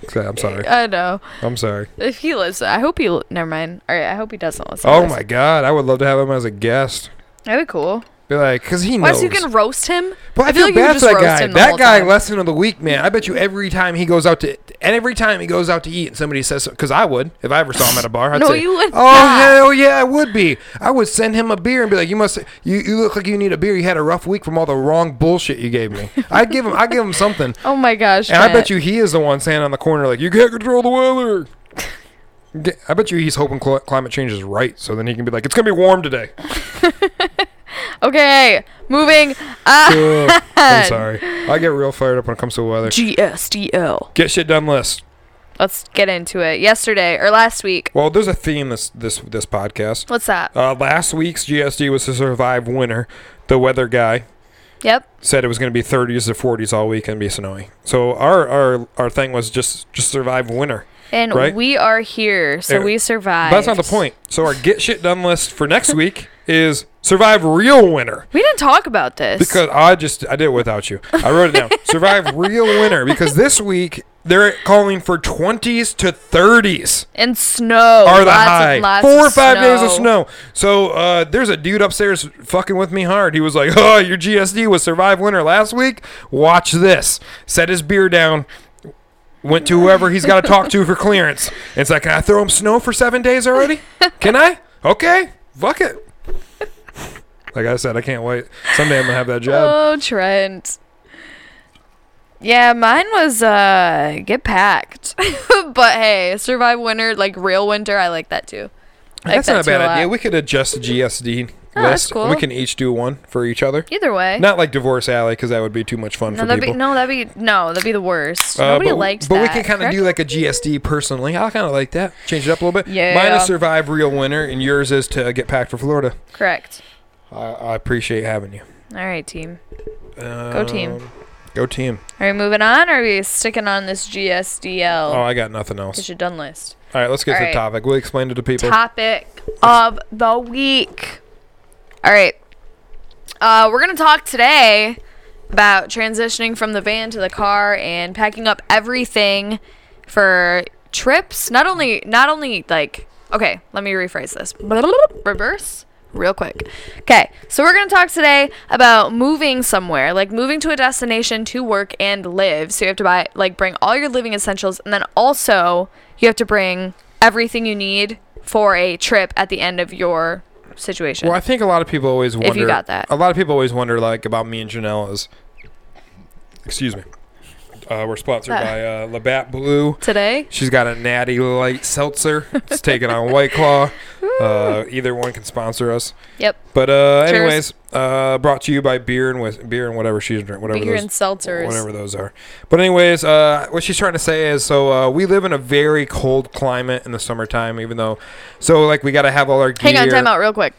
S1: so- I'm sorry.
S2: I know.
S1: I'm sorry.
S2: If he listens, I hope he. Li- Never mind. All right. I hope he doesn't listen. to
S1: Oh
S2: this.
S1: my god, I would love to have him as a guest.
S2: That'd be cool.
S1: Be like, cause he
S2: Why
S1: knows.
S2: so you can roast him?
S1: Well, I,
S2: I
S1: feel,
S2: feel like you
S1: bad
S2: could
S1: for that
S2: just roast
S1: guy.
S2: him the
S1: That
S2: whole
S1: guy,
S2: time.
S1: lesson of the week, man. I bet you every time he goes out to, and every time he goes out to eat, and somebody says, because I would, if I ever saw him at a bar, I'd
S2: No,
S1: say,
S2: you would
S1: Oh
S2: not."
S1: hell yeah, I would be. I would send him a beer and be like, you must, you, you look like you need a beer. You had a rough week from all the wrong bullshit you gave me. I give him, I give him something,
S2: Oh my gosh.
S1: and I
S2: Trent.
S1: bet you he is the one standing on the corner like, you can't control the weather. G- I bet you he's hoping cl- climate change is right, so then he can be like, it's gonna be warm today.
S2: Okay, moving on.
S1: Ugh, I'm sorry. I get real fired up when it comes to weather.
S2: GSDL.
S1: Get shit done list.
S2: Let's get into it. Yesterday or last week.
S1: Well, there's a theme this this this podcast.
S2: What's that?
S1: Uh, last week's GSD was to survive winter. The weather guy
S2: Yep.
S1: said it was going to be 30s to 40s all week and be snowy. So our our our thing was just just survive winter.
S2: And
S1: Right.
S2: we are here, so
S1: Uh,
S2: we
S1: But
S2: survived.
S1: that's not the point. So our get shit done list for next week is survive real winter
S2: We didn't talk about this.
S1: because I just I did it without you. I wrote it down. survive real winter because this week They're calling for 20s to 30s
S2: And snow.
S1: are the
S2: lots
S1: high.
S2: And lots
S1: Four or
S2: of
S1: five days of snow. So uh, there's a dude upstairs fucking with me hard. He was like, "Oh, your GSD was survive winter last week. Watch this." Set his beer down. Went to whoever he's got to talk to for clearance. It's like, can I throw him snow for seven days already? Can I? Okay, fuck it. Like I said, I can't wait. Someday I'm gonna have that job.
S2: Oh, Trent. Yeah, mine was uh get packed. but hey, survive winter, like real winter, I like that too. I like
S1: That's not a
S2: that too
S1: bad idea.
S2: lot.
S1: We could adjust the GSD
S2: Oh, that's
S1: list.
S2: cool.
S1: We can each do one for each other.
S2: Either way.
S1: Not like divorce alley because that would be too much fun
S2: no,
S1: for
S2: that'd
S1: people.
S2: be no, that'd be no, that'd be the worst.
S1: Uh,
S2: Nobody
S1: but,
S2: liked
S1: but
S2: that.
S1: we can kind of do
S2: correct?
S1: like a GSD personally. I kind of like that. Change it up a little bit.
S2: Yeah.
S1: Mine is survive real winter, and yours is to get packed for Florida.
S2: Correct.
S1: I, I appreciate having you.
S2: All right, team.
S1: Um,
S2: team.
S1: Go team.
S2: Are we moving on or are we sticking on this GSDL?
S1: Oh, I got nothing else.
S2: Get your done list.
S1: All right, let's get to
S2: All
S1: the
S2: right.
S1: topic. We'll explain it to people.
S2: topic of the week. All right. Uh, we're going to talk today about transitioning from the van to the car and packing up everything for trips. Not only, not only like, okay, let me rephrase this. Reverse. Real quick. Okay, so we're going to talk today about moving somewhere, like moving to a destination to work and live. So you have to buy, like, bring all your living essentials, and then also you have to bring everything you need for a trip at the end of your situation.
S1: Well, I think a lot of people always wonder.
S2: got that.
S1: A lot of people always wonder, like, about me and Janelle is. Excuse me. Uh, we're sponsored
S2: Ah.
S1: by uh, Labatt Blue.
S2: Today?
S1: She's got a natty light seltzer. It's taken on White Claw. Uh, either one can sponsor us.
S2: Yep.
S1: But uh,
S2: Cheers.
S1: anyways, uh, brought to you by beer and with beer and whatever she's drink, whatever
S2: Beer
S1: those,
S2: and seltzers.
S1: whatever those are. But anyways, uh, what she's trying to say is, so uh, we live in a very cold climate in the summertime, even though, so like we got to have all our gear.
S2: Hang on, time out real quick.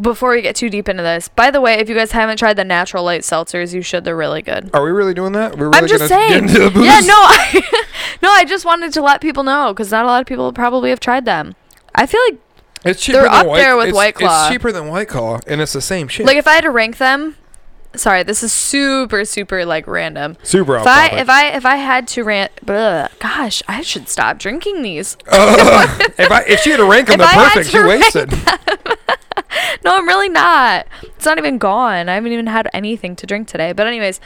S2: Before we get too deep into this, by the way, if you guys haven't tried the natural light seltzers, you should. They're really good.
S1: Are we really doing that? We're really
S2: I'm
S1: gonna
S2: just saying.
S1: Get into the booze?
S2: Yeah, no, I, no, I just wanted to let people know because not a lot of people probably have tried them. I feel like,
S1: It's cheaper
S2: They're
S1: than
S2: up
S1: White,
S2: there with
S1: it's-
S2: White Claw.
S1: It's cheaper than White Claw, and it's the same shit.
S2: like if I had to rank them, sorry, this is super, super like random.
S1: Super
S2: If I, if I, if I had to rant, bleh, gosh, I should stop drinking these.
S1: if I if she had to rank them,
S2: If
S1: they're
S2: I had
S1: perfect.
S2: to
S1: She
S2: rank
S1: wasted.
S2: No, I'm really not. It's not even gone. I haven't even had anything to drink today. But anyways,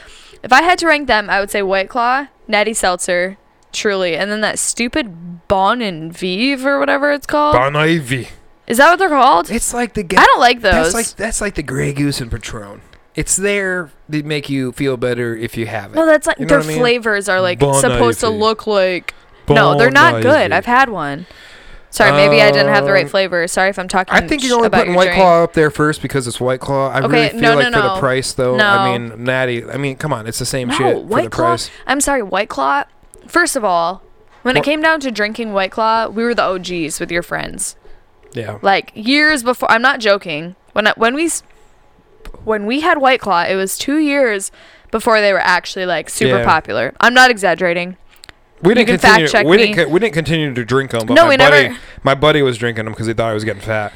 S2: if I had to rank them, I would say White Claw, Natty Seltzer, Truly, and then that stupid Bon and Vive or whatever it's called.
S1: Bon Ivy.
S2: Is that what they're called?
S1: It's like the.
S2: I don't like
S1: That's
S2: those.
S1: like that's like the Grey Goose and Patron. It's there to make you feel better if you have it.
S2: no, that's like
S1: You know
S2: their
S1: what I mean?
S2: flavors are like
S1: Bon
S2: supposed to
S1: Ivy.
S2: look like. no, they're not
S1: Bon
S2: good.
S1: Ivy.
S2: I've had one. Sorry, maybe I didn't have the right
S1: Um,
S2: flavor. Sorry if I'm talking.
S1: I think
S2: sh-
S1: you're only
S2: about
S1: putting
S2: your
S1: White
S2: drink.
S1: Claw up there first because it's White Claw. I
S2: Okay,
S1: really feel
S2: no,
S1: like
S2: no,
S1: for
S2: no.
S1: the price though. I
S2: No.
S1: mean, Natty. I mean, come on, it's the same
S2: No,
S1: shit for
S2: White
S1: the
S2: Claw.
S1: price.
S2: I'm sorry, White Claw. First of all, when it
S1: Wha-
S2: came down to drinking White Claw, we were the OGs with your friends.
S1: Yeah.
S2: Like years before, I'm not joking. When I, when we s- when we had White Claw, it was two years before they were actually like super
S1: Yeah.
S2: popular. I'm not exaggerating.
S1: We
S2: can
S1: didn't
S2: fact
S1: continue.
S2: check
S1: we
S2: me.
S1: didn't. co- We didn't continue to drink them. But
S2: No,
S1: my
S2: we
S1: buddy,
S2: never-
S1: My buddy was drinking them because he thought I was getting fat,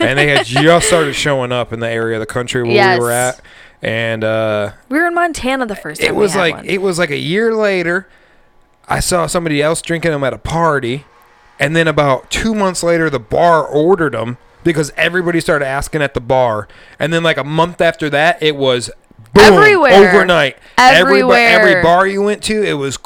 S1: and they had just started showing up in the area of the country where
S2: Yes.
S1: we were at, and. uh
S2: We were in Montana the first time.
S1: it
S2: we
S1: was
S2: had
S1: like
S2: one.
S1: it was like a year later i saw somebody else drinking them at a party and then about two months later the bar ordered them because everybody started asking at the bar and then like a month after that it was boom,
S2: Everywhere.
S1: overnight Every ba- every,
S2: Everywhere. Mm-hmm.
S1: bar you went to it was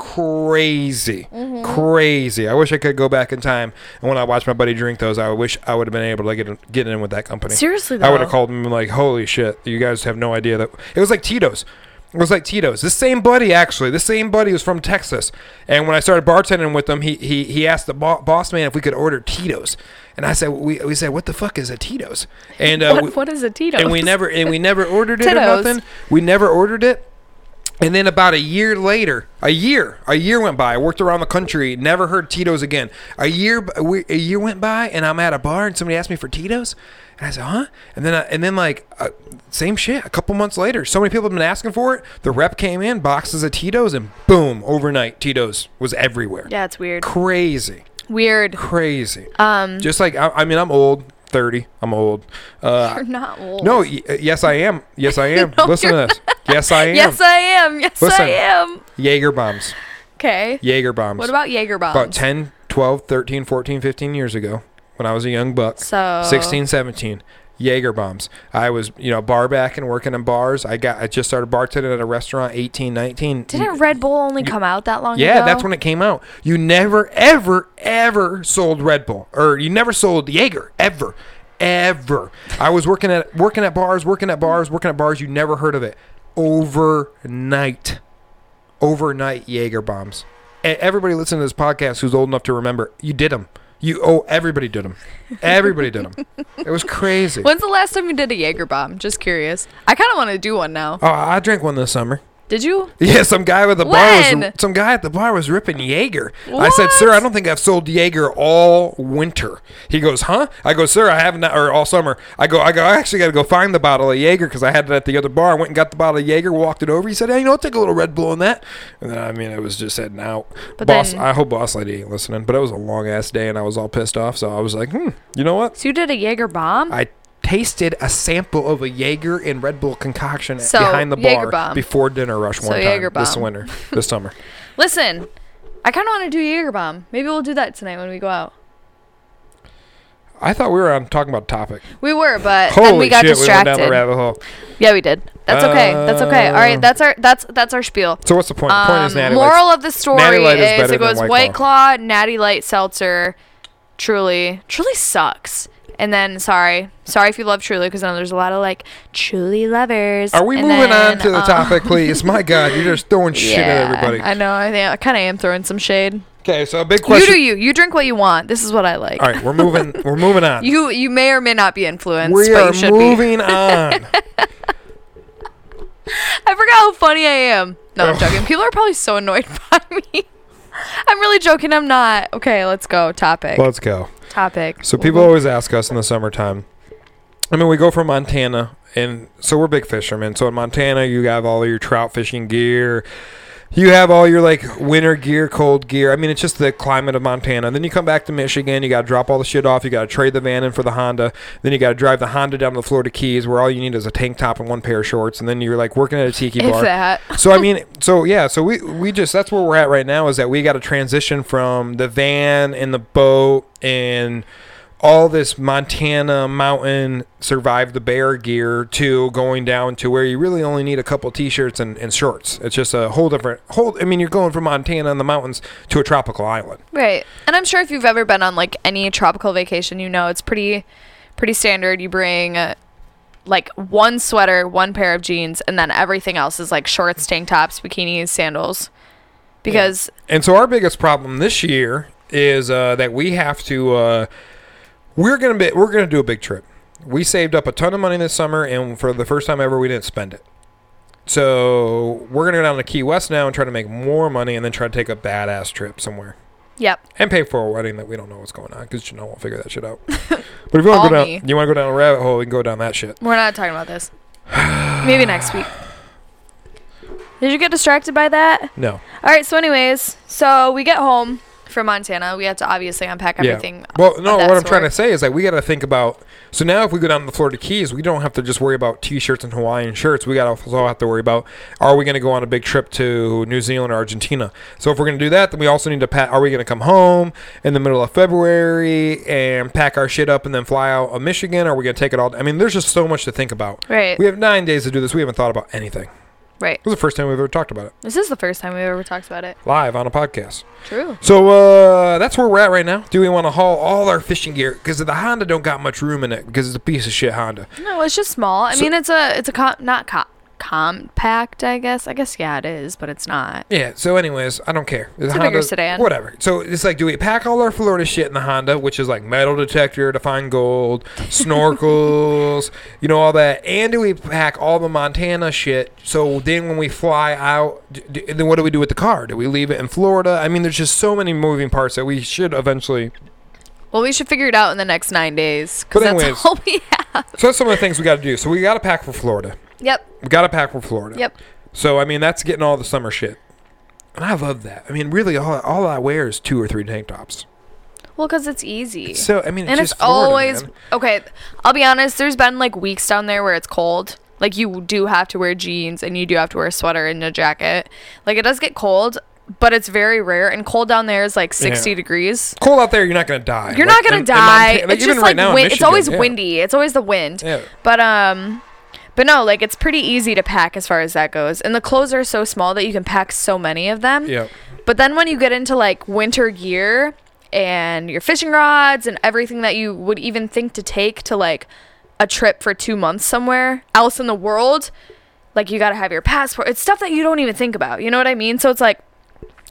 S1: crazy crazy i wish i could go back in time and when i watched my buddy drink those i wish i would have been able to get in, get in with that company
S2: seriously though.
S1: I would have called him like, "Holy shit! You guys have no idea that it was like Tito's. It was like Tito's. This same buddy, actually, this same buddy was from Texas. And when I started bartending with him, he he, he asked the bo- boss man if we could order Tito's, and I said, "We we said, what the fuck is a Tito's?" And uh,
S2: What,
S1: we,
S2: what is a Tito?
S1: and we never and we never ordered it or
S2: Tito's.
S1: nothing. We never ordered it. And then about a year later, a year, a year went by. I worked around the country, never heard Tito's again. A year, b- we- a year went by, and I'm at a bar, and somebody asked me for Tito's, and I said, "Huh?" And then, I, and then like, uh, same shit. A couple months later, so many people have been asking for it. The rep came in, boxes of Tito's, and boom, overnight, Tito's was everywhere.
S2: Yeah, it's weird.
S1: Crazy,
S2: Weird.
S1: crazy.
S2: Um,
S1: Just like, I, I mean, I'm old, thirty. I'm old. Uh,
S2: you're not old.
S1: no, y- uh, yes, I am. Yes, I am.
S2: No,
S1: Listen to
S2: you're
S1: this. Yes, I am.
S2: Yes, I am. Yes, I
S1: Listen.
S2: am.
S1: Jaeger bombs.
S2: Okay.
S1: Jaeger bombs.
S2: What about Jaeger bombs?
S1: about 10, 12, 13, 14, 15 years ago when I was a young buck,
S2: So
S1: 16, 17. Jaeger bombs. I was, you know, bar back and working in bars. I got I just started bartending at a restaurant 18, 19.
S2: Didn't Red Bull only come out that long ago?
S1: Yeah, that's when it came out. You never, ever, ever sold Red Bull, or you never sold Jaeger, ever, ever. I was working at working at bars, working at bars, working at bars. You never heard of it. Overnight, overnight Jaeger bombs. E- Everybody listening to this podcast who's old enough to remember, you did them. You oh, everybody did them. Everybody did them. It was crazy.
S2: When's the last time you did a Jaeger bomb? Just curious. I kind of want to do one now.
S1: Oh, I drank one this summer.
S2: Did you?
S1: Yeah, some guy with the bar
S2: When?
S1: was some guy at the bar was ripping Jaeger. I said,
S2: What?
S1: "Sir, I don't think I've sold Jaeger all winter." He goes, "Huh?" I go, "Sir, I haven't or all summer." I go, "I go, I actually got to go find the bottle of Jaeger because I had it at the other bar. I went and got the bottle of Jaeger, walked it over. He said, "Hey, you know, take a little Red Bull on that." And then I mean, it was just heading out.
S2: But
S1: boss,
S2: then-
S1: I hope boss lady ain't listening, but it was a long ass day, and I was all pissed off. So I was like, "Hmm, you know what?"
S2: So you did a Jaeger bomb?
S1: I tasted a sample of a Jaeger and Red Bull concoction
S2: So,
S1: behind the bar
S2: Jaeger bomb.
S1: before dinner rush
S2: So,
S1: one time
S2: Jaeger
S1: this
S2: bomb.
S1: winter, this summer.
S2: Listen, I kind of want to do Jaeger bomb. Maybe we'll do that tonight when we go out.
S1: I thought we were on talking about a topic.
S2: We were, but
S1: Holy
S2: then we got
S1: shit, we went
S2: distracted.
S1: down the rabbit hole.
S2: yeah, we did. That's okay. That's okay. All right,
S1: Uh,
S2: that's our that's that's our spiel.
S1: So what's the point? The point is
S2: Um,
S1: Natty likes-
S2: moral of the story
S1: Natty Light is
S2: is,
S1: better than
S2: it goes
S1: White
S2: White, Claw. Natty Light Seltzer, Truly. Truly sucks. And then, sorry, sorry if you love Truly, because I know there's a lot of like Truly lovers.
S1: Are we
S2: And
S1: moving
S2: then,
S1: on to the
S2: um,
S1: topic, please? My God, you're just throwing shit at
S2: I
S1: everybody.
S2: know. I think I kind of am throwing some shade.
S1: Okay, so a big
S2: You
S1: question.
S2: do you. You drink what you want. This is what I like.
S1: All right, we're moving. We're moving on.
S2: You you may or may not be influenced,
S1: we
S2: but
S1: are
S2: you should be.
S1: moving on.
S2: I forgot how funny I am. No, I'm
S1: Ugh.
S2: joking. People are probably so annoyed by me. I'm really joking. I'm not. Okay, let's go. Topic.
S1: Let's go.
S2: Topic.
S1: So people always ask us in the summertime. I mean, we go from Montana, and so we're big fishermen. So in Montana, you have all your trout fishing gear. You have all your like winter gear, cold gear. I mean, it's just the climate of Montana. Then you come back to Michigan, you got to drop all the shit off. You got to trade the van in for the Honda. Then you got to drive the Honda down to the Florida Keys, where all you need is a tank top and one pair of shorts. And then you're like working at a tiki
S2: If
S1: bar.
S2: that.
S1: So I mean, so yeah, so we we just that's where we're at right now is that we got to transition from the van and the boat and all this Montana mountain survive the bear gear to going down to where you really only need a couple t-shirts and, and shorts. It's just a whole different whole. I mean, you're going from Montana and the mountains to a tropical island.
S2: Right. And I'm sure if you've ever been on like any tropical vacation, you know it's pretty pretty standard. You bring uh, like one sweater, one pair of jeans, and then everything else is like shorts, tank tops, bikinis, sandals. Because
S1: And so our biggest problem this year is uh, that we have to uh, we're gonna be we're gonna do a big trip. We saved up a ton of money this summer, and for the first time ever, we didn't spend it. So we're gonna go down to Key West now and try to make more money, and then try to take a badass trip somewhere
S2: yep,
S1: and pay for a wedding that we don't know what's going on because Janelle won't figure that shit out. but if you want to
S2: All
S1: go down,
S2: me.
S1: you want to go down a rabbit hole, we can go down that shit.
S2: we're not talking about this. Maybe next week. Did you get distracted by that?
S1: No,
S2: All right, so anyways, so we get home from Montana. We had to obviously unpack everything.
S1: Well, no,
S2: of
S1: what
S2: that
S1: I'm trying to
S2: sort.
S1: say is that we got to think about. So now, if we go down to the Florida Keys, we don't have to just worry about t-shirts and Hawaiian shirts. We got to also have to worry about: Are we going to go on a big trip to New Zealand or Argentina? So if we're going to do that, then we also need to pack. Are we going to come home in the middle of February and pack our shit up and then fly out of Michigan? Are we going to take it all? I mean, there's just so much to think about.
S2: Right,
S1: We have nine days to do this. We haven't thought about anything. It
S2: right.
S1: was the first time we've ever talked about it
S2: This is the first time we've ever talked about it.
S1: live on a podcast.
S2: True.
S1: So uh, that's where we're at right now. Do we want to haul all our fishing gear? Because the Honda don't got much room in it because it's a piece of shit Honda.
S2: No, it's just small. I
S1: So-
S2: mean, it's a it's a com- not co- compact, I guess. I guess yeah, it is, but it's not.
S1: Yeah. So, anyways, I don't care. It's
S2: a bigger sedan.
S1: Whatever. So it's like, do we pack all our Florida shit in the Honda, which is like metal detector to find gold, snorkels, you know, all that, and do we pack all the Montana shit? So then, when we fly out, d- d- then what do we do with the car? Do we leave it in Florida? I mean, there's just so many moving parts that we should eventually
S2: Well, we should figure it out in the next nine days
S1: But
S2: because that's
S1: anyways-
S2: all we have.
S1: So that's some of the things we got to do. So we got to pack for Florida.
S2: Yep.
S1: We got to pack for Florida.
S2: Yep.
S1: So I mean, that's getting all the summer shit, and I love that. I mean, really, all, all I wear is two or three tank tops.
S2: Well, because it's easy.
S1: So I mean, it's
S2: and it's
S1: just Florida,
S2: always
S1: man.
S2: okay. I'll be honest. There's been like weeks down there where it's cold. Like you do have to wear jeans and you do have to wear a sweater and a jacket. Like it does get cold, but it's very rare. And cold down there is like 60
S1: Yeah.
S2: degrees.
S1: cold out there, you're not gonna die.
S2: You're
S1: Like,
S2: not gonna
S1: in- in
S2: die.
S1: Monta- like,
S2: it's just like
S1: in
S2: win- it's always
S1: Michigan, yeah.
S2: windy. It's always the wind.
S1: Yeah.
S2: But um, but no, like it's pretty easy to pack as far as that goes. And the clothes are so small that you can pack so many of them.
S1: Yeah.
S2: But then when you get into like winter gear and your fishing rods and everything that you would even think to take to like a trip for two months somewhere else in the world, like you gotta have your passport. It's stuff that you don't even think about. You know what I mean? So it's like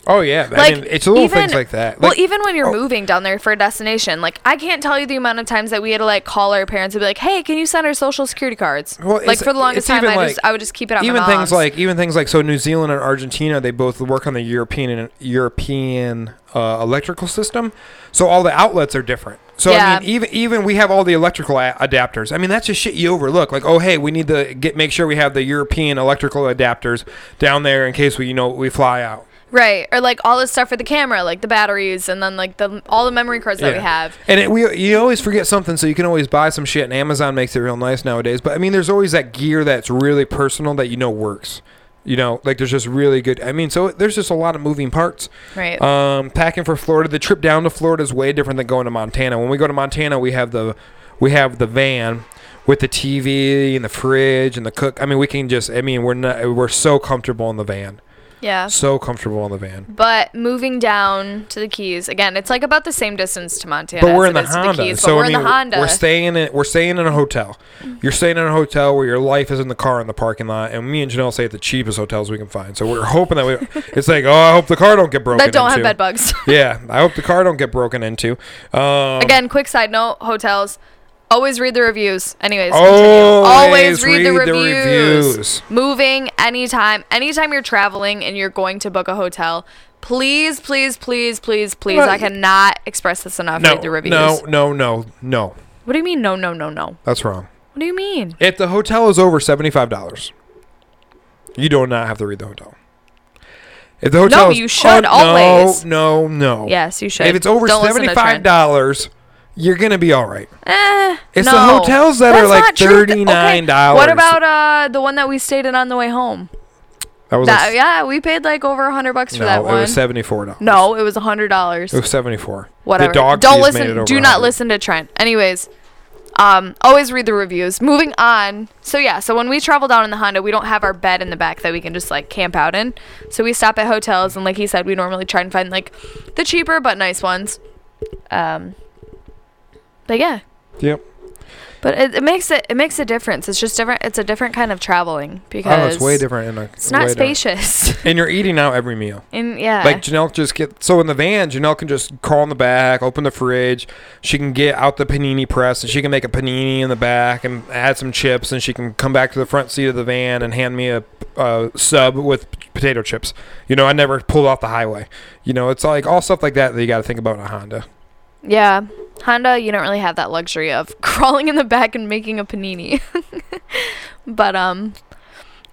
S1: Oh yeah.
S2: like
S1: I mean, it's little things like that. Like,
S2: well, even when you're
S1: oh.
S2: moving down there for a destination, like I can't tell you the amount of times that we had to like call our parents and be like, "Hey, can you send our social security cards?"
S1: Well,
S2: like
S1: it's-
S2: for the longest
S1: it's
S2: time,
S1: even
S2: I
S1: like-
S2: just I would just keep it on
S1: even
S2: my
S1: things
S2: mom's.
S1: like even things like so New Zealand and Argentina they both work on the European and European uh, electrical system, so all the outlets are different. So
S2: Yeah.
S1: I mean, even even we have all the electrical a- adapters. I mean, that's just shit you overlook. Like, oh hey, we need to get make sure we have the European electrical adapters down there in case we you know we fly out.
S2: right or like all this stuff for the camera, like the batteries and then like the all the memory cards that we
S1: Yeah.
S2: have.
S1: And it, we you always forget something, so you can always buy some shit. And Amazon makes it real nice nowadays. But I mean, there's always that gear that's really personal that you know works. You know, like there's just really good. I mean, so there's just a lot of moving parts.
S2: Right.
S1: Um, packing for Florida. The trip down to Florida is way different than going to Montana. When we go to Montana, we have the we have the van with the TV and the fridge and the cook. I mean, we can just. I mean, we're not. We're so comfortable in the van.
S2: yeah.
S1: So comfortable in the van.
S2: But moving down to the Keys again, it's like about the same distance to Montana.
S1: But we're
S2: as
S1: in
S2: it
S1: the
S2: is to
S1: Honda,
S2: the Keys,
S1: so
S2: but we're
S1: I mean,
S2: in the Honda.
S1: we're staying in we're staying in a hotel. You're staying in a hotel where your life is in the car in the parking lot, and me and Janelle stay at the cheapest hotels we can find. So we're hoping that we. it's like, oh, I hope the car don't get broken.
S2: that don't have
S1: into.
S2: bed bugs.
S1: Yeah, I hope the car don't get broken into. Um,
S2: Again, quick side note: hotels always read the reviews. Anyways,
S1: Always
S2: always read, the,
S1: read the
S2: reviews.
S1: reviews.
S2: Moving anytime, anytime you're traveling and you're going to book a hotel, please, please, please, please, please.
S1: Well,
S2: I cannot express this enough.
S1: No,
S2: read the reviews.
S1: no, no, no, no.
S2: What do you mean? No, no, no, no.
S1: That's wrong.
S2: What do you mean?
S1: If the hotel is over seventy-five dollars, you do not have to read the hotel. If the hotel, is- Oh,
S2: you should always.
S1: No, no, no.
S2: Yes, you should.
S1: If it's over
S2: Don't listen to
S1: seventy-five
S2: Trent.
S1: dollars, you're gonna be all right.
S2: Eh,
S1: It's
S2: no.
S1: the hotels that are
S2: That's
S1: like
S2: not true. Th- okay,
S1: $39.
S2: What about uh the one that we stayed in on the way home?
S1: That was
S2: That
S1: like,
S2: yeah, we paid like over a hundred bucks for
S1: no,
S2: that
S1: it
S2: one.
S1: was seventy-four dollars.
S2: no, it was a hundred dollars.
S1: it was seventy-four. Oh,
S2: whatever.
S1: The dog
S2: Don't
S1: fees
S2: listen.
S1: made it over
S2: do not
S1: 100.
S2: listen to Trent. Anyways, um, always read the reviews. Moving on. So yeah, so when we travel down in the Honda, we don't have our bed in the back that we can just like camp out in. So we stop at hotels, and like he said, we normally try and find like the cheaper but nice ones. Um, but yeah,
S1: Yep.
S2: but it, it makes it it makes a difference. It's just different. It's a different kind of traveling
S1: Oh,
S2: because
S1: it's way different. In a,
S2: It's not
S1: way different.
S2: spacious.
S1: And you're eating out every meal.
S2: and yeah,
S1: Like Janelle just get so in the van, Janelle can just crawl in the back, open the fridge. She can get out the panini press and she can make a panini in the back and add some chips. And she can come back to the front seat of the van and hand me a, a sub with p- potato chips. You know, I never pulled off the highway. You know, it's like all stuff like that that you got to think about in a Honda.
S2: Yeah. Honda, you don't really have that luxury of crawling in the back and making a panini. but um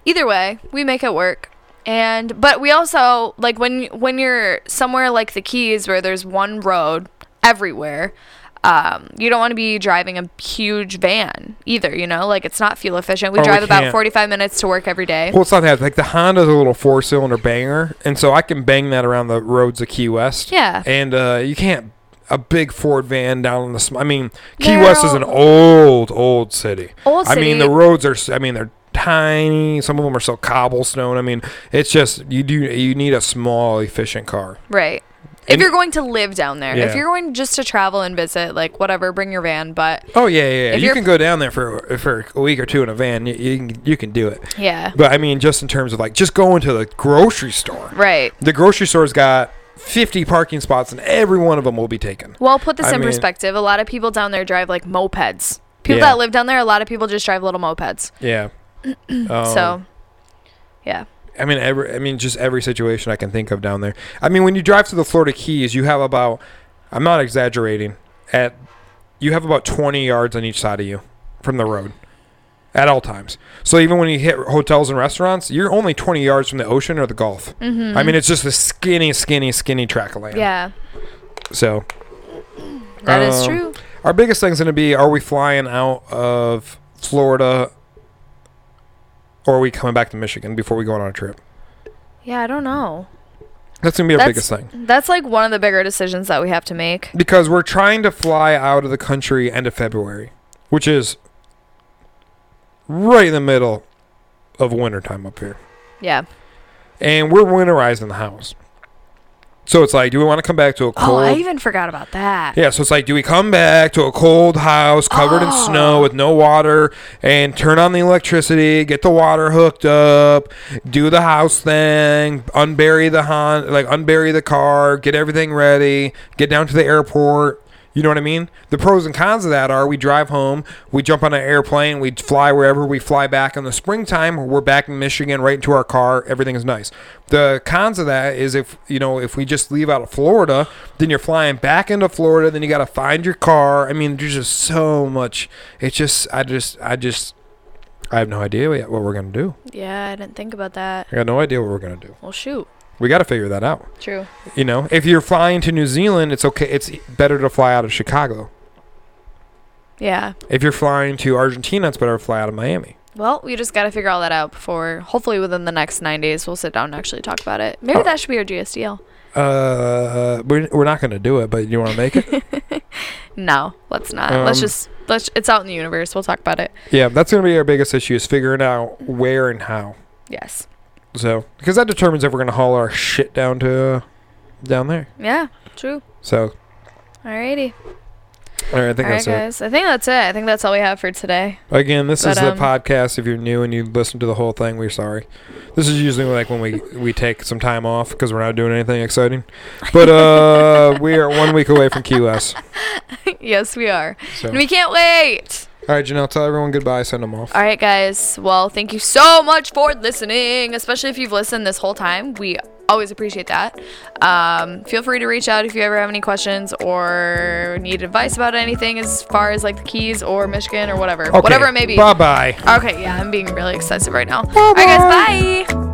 S2: either way, we make it work. And but we also like when when you're somewhere like the Keys where there's one road everywhere, um, you don't want to be driving a huge van either, you know? Like it's not fuel efficient. We
S1: Oh, we
S2: drive about
S1: can't.
S2: 45 minutes to work every day.
S1: Well, it's not that. Like the Honda's a little four cylinder banger. And so I can bang that around the roads of Key West.
S2: yeah.
S1: And uh, you can't. A big Ford van down in the. Sm- I mean, Key
S2: They're
S1: West is an old, old city.
S2: Old
S1: I
S2: City.
S1: mean, the roads are. s- I mean, they're tiny. Some of them are so cobblestone. I mean, it's just you do. You need a small, efficient car.
S2: Right. If
S1: And-
S2: you're going to live down there, if
S1: Yeah.
S2: you're going just to travel and visit, like whatever, bring your van. But
S1: Oh yeah, yeah. yeah.
S2: If
S1: You
S2: you're-
S1: can go down there for for a week or two in a van. You, you can you can do it.
S2: yeah,
S1: But I mean, just in terms of like just going to the grocery store.
S2: right.
S1: The grocery store's got fifty parking spots, and every one of them will be taken.
S2: Well, put this
S1: I
S2: in
S1: mean-
S2: perspective. A lot of people down there drive like mopeds. People
S1: Yeah.
S2: that live down there, a lot of people just drive little mopeds.
S1: Yeah. Um,
S2: so,
S1: Oh.
S2: yeah,
S1: I mean, every, I mean, just every situation I can think of down there. I mean, when you drive to the Florida Keys, you have about, I'm not exaggerating, at you have about 20 yards on each side of you from the road at all times. So even when you hit hotels and restaurants, you're only 20 yards from the ocean or the Gulf. I mean, it's just a skinny, skinny, skinny track of land.
S2: Mm-hmm. yeah,
S1: So
S2: that is
S1: Um,
S2: true.
S1: our biggest thing's going to be: Are we flying out of Florida, or are we coming back to Michigan before we go on our trip?
S2: Yeah, I don't know.
S1: That's gonna be our
S2: That's-
S1: biggest thing
S2: That's like one of the bigger decisions that we have to make.
S1: because we're trying to fly out of the country end of February, which is right in the middle of wintertime up here.
S2: Yeah.
S1: and we're winterizing the house. So it's like, do we want to come back to a
S2: Oh,
S1: cold?
S2: I even forgot about that.
S1: yeah, so it's like, do we come back to a cold house covered in snow
S2: Oh.
S1: with no water and turn on the electricity, get the water hooked up, do the house thing, unbury the hon- like unbury the car, get everything ready, get down to the airport. You know what I mean? The pros and cons of that are we drive home, we jump on an airplane, we fly wherever, we fly back in the springtime, we're back in Michigan right into our car, everything is nice. The cons of that is if, you know, if we just leave out of Florida, then you're flying back into Florida, then you got to find your car. I mean, there's just so much. It's just I just I just I have no idea yet what we're going to do.
S2: Yeah, I didn't think about that.
S1: I got no idea what we're going to do.
S2: Well, shoot.
S1: We got to figure that out.
S2: True.
S1: You know, if you're flying to New Zealand, it's okay. It's better to fly out of Chicago.
S2: Yeah.
S1: If you're flying to Argentina, it's better to fly out of Miami.
S2: Well, we just got to figure all that out before, hopefully within the next nine days, we'll sit down and actually talk about it. Maybe
S1: Oh.
S2: that should be our GSDL.
S1: Uh, we're, we're not going to do it, but you want to make it?
S2: No, let's not. let's
S1: Um,
S2: just, let's, it's out in the universe. We'll talk about it.
S1: yeah, that's going to be our biggest issue is figuring out where and how.
S2: Yes.
S1: So, because that determines if we're going to haul our shit down to uh, down there.
S2: Yeah, true.
S1: So,
S2: Alrighty.
S1: all right, I think
S2: Alright,
S1: that's it.
S2: guys. I think that's it. I think that's all we have for today.
S1: Again, this
S2: But,
S1: is the
S2: um,
S1: podcast. If you're new and you listen to the whole thing, we're sorry. This is usually like when we we take some time off because we're not doing anything exciting. But uh, we are one week away from QS.
S2: yes, we are.
S1: So,
S2: And we can't wait.
S1: all right, Janelle, tell everyone goodbye. Send them off.
S2: All right, guys. Well, thank you so much for listening, especially if you've listened this whole time. We always appreciate that. Um, feel free to reach out if you ever have any questions or need advice about anything as far as like the Keys or Michigan or whatever. Whatever it may be.
S1: Bye bye.
S2: okay, yeah, I'm being really excessive right now. All right, guys. Bye.